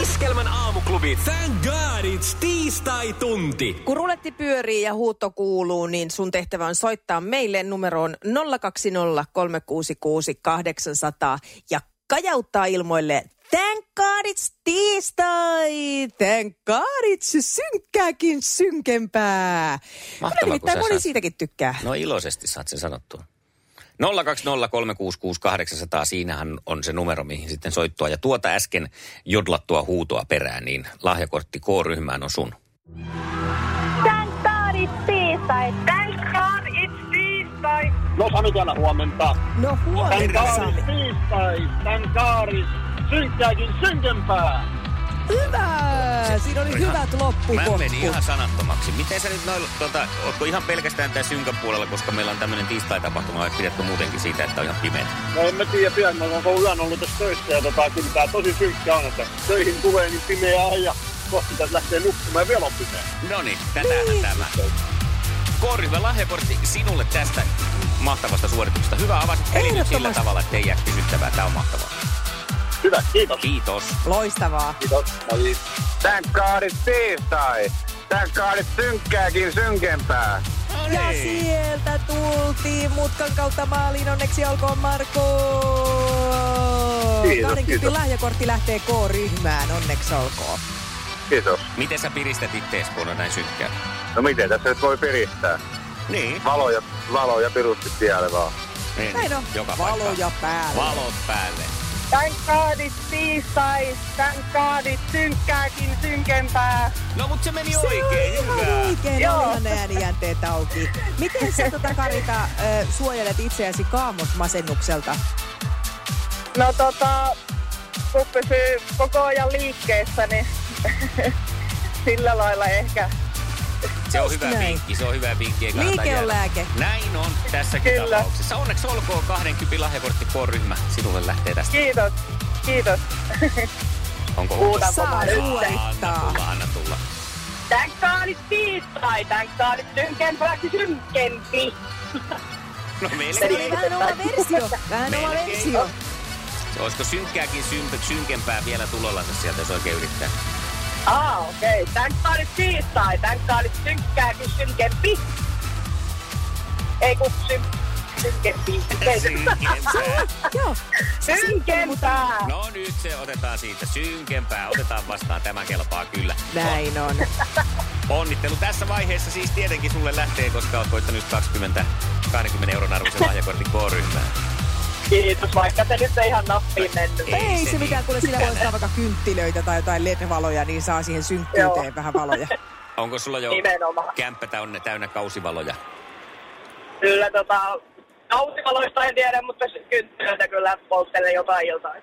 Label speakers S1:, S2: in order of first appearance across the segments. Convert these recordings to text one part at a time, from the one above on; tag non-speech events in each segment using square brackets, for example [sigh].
S1: Iskelmän aamuklubi. Thank God it's tiistai-tunti.
S2: Kun ruletti pyörii ja huutto kuuluu, niin sun tehtävä on soittaa meille numeroon 020 366 800 ja kajauttaa ilmoille Thank God it's tiistai! Thank God it's synkkääkin synkempää! Kyllä
S3: Mahtavaa, kun
S2: nimittäin
S3: sä
S2: moni
S3: saat-
S2: siitäkin tykkää.
S3: No iloisesti saat sen sanottua. 020366800, siinähän on se numero, mihin sitten soittua. Ja tuota äsken jodlattua huutoa perään, niin lahjakortti K-ryhmään on sun.
S4: Thank God it's tiistai. Thank God it's tiistai.
S5: No Sami täällä huomenta.
S2: No
S5: Tän
S2: huomenna
S5: kaari
S2: Sami.
S5: tiistai, tän kaari synkkääkin synkempää.
S2: Hyvä! Siinä oli hyvät
S3: Mä menin
S2: loppukotkut.
S3: ihan sanattomaksi. Miten sä nyt noilla, tota, ootko ihan pelkästään tässä synkän puolella, koska meillä on tämmöinen tiistai-tapahtuma, että pidätkö muutenkin siitä, että on ihan pimeä.
S5: No en mä tiedä pian, mä oon koko yön ollut tässä töissä ja tota, kyllä tää tosi synkkä on, että töihin tulee niin pimeää ja kohta tässä lähtee nukkumaan ja vielä on pimeää.
S3: No niin, tätähän tämä.
S2: Niin.
S3: K-ryhmän lahjakortti sinulle tästä mahtavasta suorituksesta. Hyvä avasit pelin nyt sillä
S2: Ehdottomasti.
S3: tavalla, että ei jää kysyttävää. Tämä on mahtavaa.
S5: Hyvä, kiitos.
S3: Kiitos.
S2: Loistavaa.
S5: Kiitos. Moi.
S6: Tän kaadit tiistai. Tän kaadit synkkääkin synkempää.
S2: Ja sieltä tultiin mutkan kautta maaliin. Onneksi olkoon Marko.
S6: Kiitos,
S2: 20
S6: kiitos.
S2: lahjakortti lähtee K-ryhmään. Onneksi olkoon.
S6: Kiitos.
S3: Miten sä piristät ittees, kun on näin synkkää?
S6: No miten tässä nyt voi piristää?
S3: Niin.
S6: Valoja, valoja pirusti tielle vaan.
S3: niin.
S2: Näin on.
S3: Joka
S2: Valoja
S3: paikkaan.
S2: päällä.
S3: Valot päälle.
S4: Thank God it's tiistai. Thank God it's synkkääkin synkempää.
S3: No mut se meni
S2: Se oli
S3: oikein.
S2: ihan
S3: hyvä.
S2: oikein,
S4: Joo.
S2: Joo. ihan äänijänteet auki. Miten sä tota Karita äh, suojelet itseäsi kaamosmasennukselta?
S4: No tota, kun pysyy koko ajan liikkeessä, niin [laughs] sillä lailla ehkä.
S3: Se on
S2: Just
S3: hyvä
S2: näin.
S3: vinkki, se on hyvä vinkki. ei kannata
S2: Liike on
S3: jäädä.
S2: lääke.
S3: Näin on tässäkin
S4: Kyllä.
S3: tapauksessa. Onneksi olkoon 20 lahjakortti K-ryhmä. Sinulle lähtee tästä.
S4: Kiitos. Kiitos.
S3: Onko huuto?
S4: Kuunnellaan.
S2: Saa
S3: Anna
S2: suorittaa.
S3: tulla, anna tulla.
S4: Thank God it's tiistai. Thank God it's synkempää kuin synkempi.
S3: No
S2: Se oli
S3: melkein.
S2: vähän oma versio. Vähän oma
S3: Melkein.
S2: versio.
S3: Olisiko synkkääkin symp- synkempää vielä tulollansa sieltä, jos oikein yrittää?
S4: Ah, okei. Okay. Tän kaadit tiistai. Tän kaadit synkkääkin synkempi. Ei kun syn... synkempi. Ei,
S3: Synkempää.
S2: Joo.
S4: Synkempää.
S3: No nyt se otetaan siitä synkempää. Otetaan vastaan, tämä kelpaa kyllä.
S2: Näin on.
S3: Onnittelu tässä vaiheessa siis tietenkin sulle lähtee, koska olet voittanut 20, 20 euron arvoisen lahjakortin K-ryhmään.
S4: Kiitos, vaikka se nyt ei ihan nappiin mennyt.
S3: Ei
S2: Ei
S3: se
S2: se mitään,
S3: niin.
S2: kuule sillä voi ottaa vaikka kynttilöitä tai jotain LED-valoja, niin saa siihen synkkyyteen
S4: synkkyyteen
S2: vähän valoja.
S3: Onko sulla jo
S4: Nimenomaan.
S3: kämppä täynnä, täynnä kausivaloja?
S4: Kyllä tota... Nautikaloista en tiedä, mutta kynttilöitä kyllä polttelen jotain iltaan.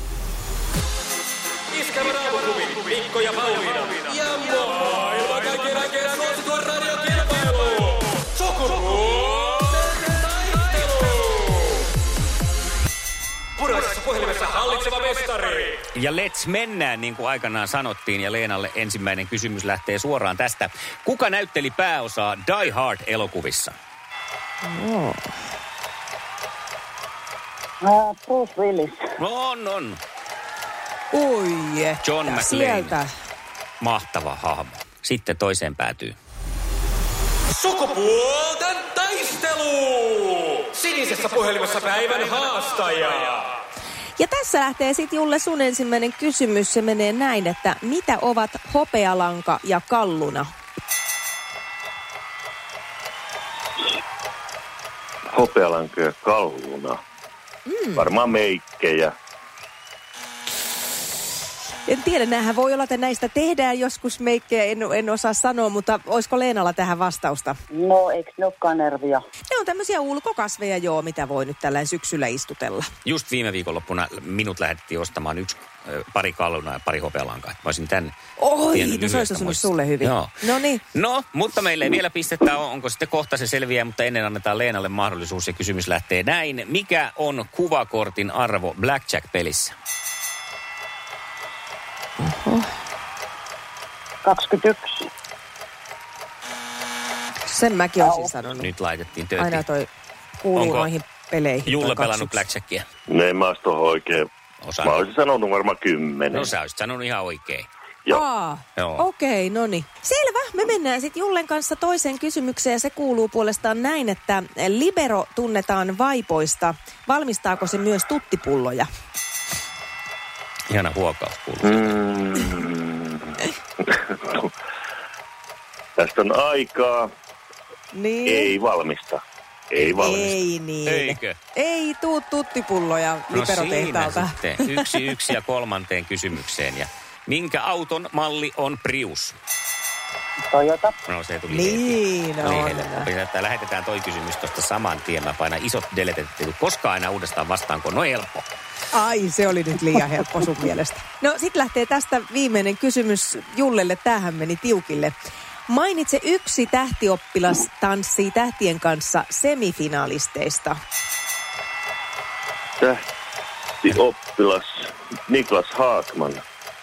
S1: Sarjassa hallitseva mestari.
S3: Ja let's mennään, niin kuin aikanaan sanottiin. Ja Leenalle ensimmäinen kysymys lähtee suoraan tästä. Kuka näytteli pääosaa Die Hard-elokuvissa?
S4: Uh, Bruce Willis.
S3: No on, on.
S2: Ui, että
S3: John McClane.
S2: sieltä.
S3: Mahtava hahmo. Sitten toiseen päätyy.
S1: Sukupuolten taistelu! Sinisessä puhelimessa päivän haastaja.
S2: Ja tässä lähtee sitten Julle sun ensimmäinen kysymys. Se menee näin, että mitä ovat hopealanka ja kalluna?
S6: Hopealankö kalluna. Mm. Varmaan meikkejä.
S2: En tiedä, näähän voi olla, että näistä tehdään joskus meikkejä, en, en osaa sanoa, mutta olisiko Leenalla tähän vastausta?
S4: No, eikö ne olekaan nervia?
S2: Ne on tämmöisiä ulkokasveja, joo, mitä voi nyt tällä syksyllä istutella.
S3: Just viime viikonloppuna minut lähdettiin ostamaan yksi ö, pari kallunaa ja pari hopealankaa. Mä olisin tän
S2: Oi,
S3: tiennyt
S2: no se
S3: lyhyestä
S2: olisi osunut
S3: muistista.
S2: sulle hyvin.
S3: Joo.
S2: No niin.
S3: No, mutta meillä ei vielä pistettä ole. Onko sitten kohta se selviää, mutta ennen annetaan Leenalle mahdollisuus ja kysymys lähtee näin. Mikä on kuvakortin arvo Blackjack-pelissä?
S4: 21.
S2: Sen mäkin olisin sanonut.
S3: Nyt laitettiin
S2: No. Aina
S3: töitä.
S2: toi kuuluu
S3: Niin, Onko
S2: noihin peleihin.
S3: Julle
S2: toi
S3: pelannut
S2: kaksi yksi.
S3: Blackjackia.
S6: Ne mä ois tohon oikein.
S3: Osaan.
S6: Mä olisin sanonut varmaan kymmenen.
S3: No sä olisit sanonut ihan oikein.
S6: Joo.
S2: Aa,
S3: Joo.
S2: okei, no niin. Selvä, me mennään sitten Jullen kanssa toiseen kysymykseen. Se kuuluu puolestaan näin, että libero tunnetaan vaipoista. Valmistaako se myös tuttipulloja?
S3: Ihana huokaus kuuluu.
S6: Mm. Tästä on aikaa.
S2: Niin.
S6: Ei valmista. Ei valmista.
S2: Ei niin.
S3: Eikö?
S2: Ei tuu tuttipulloja
S3: No siinä
S2: liberotehtaalta.
S3: sitten. Yksi, yksi ja kolmanteen kysymykseen. Ja minkä auton malli on Prius?
S4: Toyota.
S3: No se tuli
S2: Niin
S3: heti. Tuli
S2: on.
S3: helpompi. Että Lähetetään toi kysymys tuosta saman tien. Mä painan isot deletet, ettei tuu koskaan aina uudestaan vastaan, kun on helppo.
S2: Ai, se oli nyt liian helppo sun mielestä. No sit lähtee tästä viimeinen kysymys Jullelle. Tähän meni tiukille. Mainitse yksi tähtioppilas tanssii tähtien kanssa semifinalisteista.
S6: Tähti oppilas Niklas Haakman.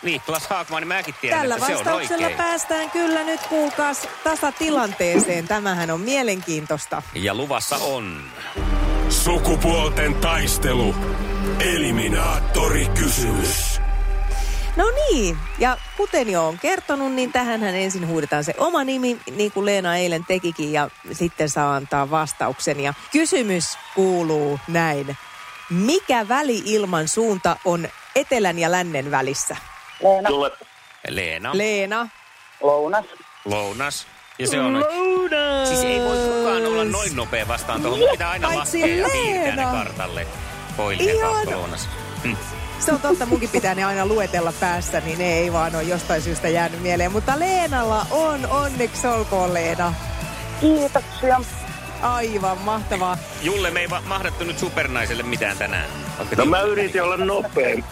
S3: Niklas Haakman, niin mäkin tiedän,
S2: Tällä
S3: että se on
S2: vastauksella
S3: oikein.
S2: päästään kyllä nyt kuulkaas tasatilanteeseen. Tämähän on mielenkiintoista.
S3: Ja luvassa on.
S1: Sukupuolten taistelu. Eliminaattori kysymys.
S2: No niin, ja kuten jo on kertonut, niin tähän hän ensin huudetaan se oma nimi, niin kuin Leena eilen tekikin, ja sitten saa antaa vastauksen. Ja kysymys kuuluu näin. Mikä väli ilman suunta on etelän ja lännen välissä?
S4: Leena.
S6: Jolle
S3: Leena,
S2: Leena.
S4: Lounas.
S3: lounas. Ja se on... Siis ei voi kukaan olla noin nopea vastaan tuohon. Mun pitää aina
S2: Paitsi
S3: laskea ja piirtää ne
S2: Leena.
S3: kartalle. Koillinen
S2: Ihana.
S3: kautta lounas.
S2: Se on totta, munkin pitää ne aina luetella päässä, niin ne ei vaan ole jostain syystä jäänyt mieleen. Mutta Leenalla on, onneksi olkoon Leena.
S4: Kiitoksia.
S2: Aivan mahtavaa.
S3: Julle, me ei va- mahdettu nyt supernaiselle mitään tänään. Onko
S6: No
S3: tiukka?
S6: mä yritin olla nopea. [clears throat]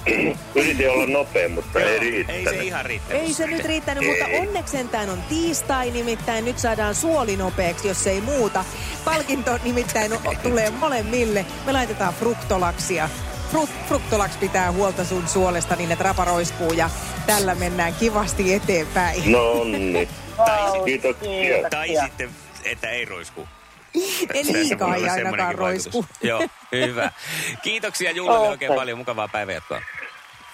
S6: yritin olla nopea, mutta
S3: Joo,
S6: ei
S3: Ei se
S6: riittänyt.
S3: ihan riittänyt.
S2: Ei se nyt riittänyt, mutta onneksi sentään on tiistai, nimittäin nyt saadaan suoli nopeaksi, jos ei muuta. Palkinto nimittäin o- tulee molemmille. Me laitetaan fruktolaksia. Frut, fruktolaks pitää huolta sun suolesta niin, että rapa roiskuu ja tällä mennään kivasti eteenpäin.
S6: No niin.
S4: Vau,
S6: Kiitoksia.
S3: Tai sitten, että ei roisku.
S2: en
S3: Tässä voi
S2: liikaa
S3: olla
S2: ei ainakaan
S3: semmoinenkin vaikutus.
S2: roisku.
S3: Joo, hyvä. Kiitoksia Julle
S4: Okei.
S3: oikein paljon. Mukavaa päivänjatkoa.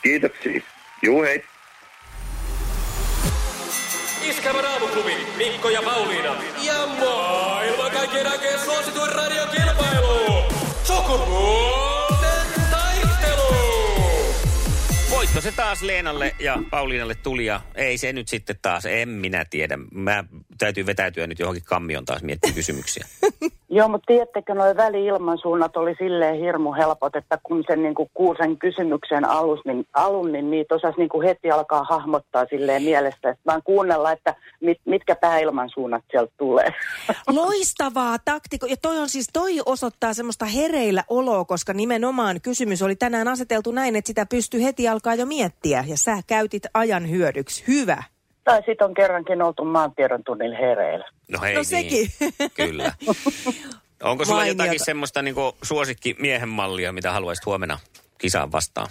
S6: Kiitoksia. Juu, hei.
S1: Iskävän aamuklubi, Mikko ja Pauliina. Ja maailman kaikkien aikeen suosituen radiokilpailu. Sukupuolten taistelu.
S3: Voitto se taas Leenalle ja Pauliinalle tuli ja ei se nyt sitten taas, en minä tiedä. Mä täytyy vetäytyä nyt johonkin kammion taas miettimään kysymyksiä.
S4: Joo, mutta tiedättekö, noin väli-ilmansuunnat oli silleen hirmu helpot, että kun sen niin kuin, kuusen kysymyksen alus, niin, alun, niin niitä osasi niin kuin heti alkaa hahmottaa silleen mielestä, että vaan kuunnella, että mit, mitkä pääilmansuunnat sieltä tulee.
S2: Loistavaa taktiko. Ja toi on siis, toi osoittaa semmoista hereillä oloa, koska nimenomaan kysymys oli tänään aseteltu näin, että sitä pystyy heti alkaa jo miettiä. Ja sä käytit ajan hyödyksi. Hyvä.
S4: tai sitten on kerrankin oltu maantiedon tunnilla hereillä.
S3: No hei
S2: No
S3: niin.
S2: sekin.
S3: [laughs] Kyllä. Onko sulla niinku
S2: Mainiota.
S3: jotakin semmoista niin suosikki miehen mallia, mitä haluaisit huomenna kisaan vastaan?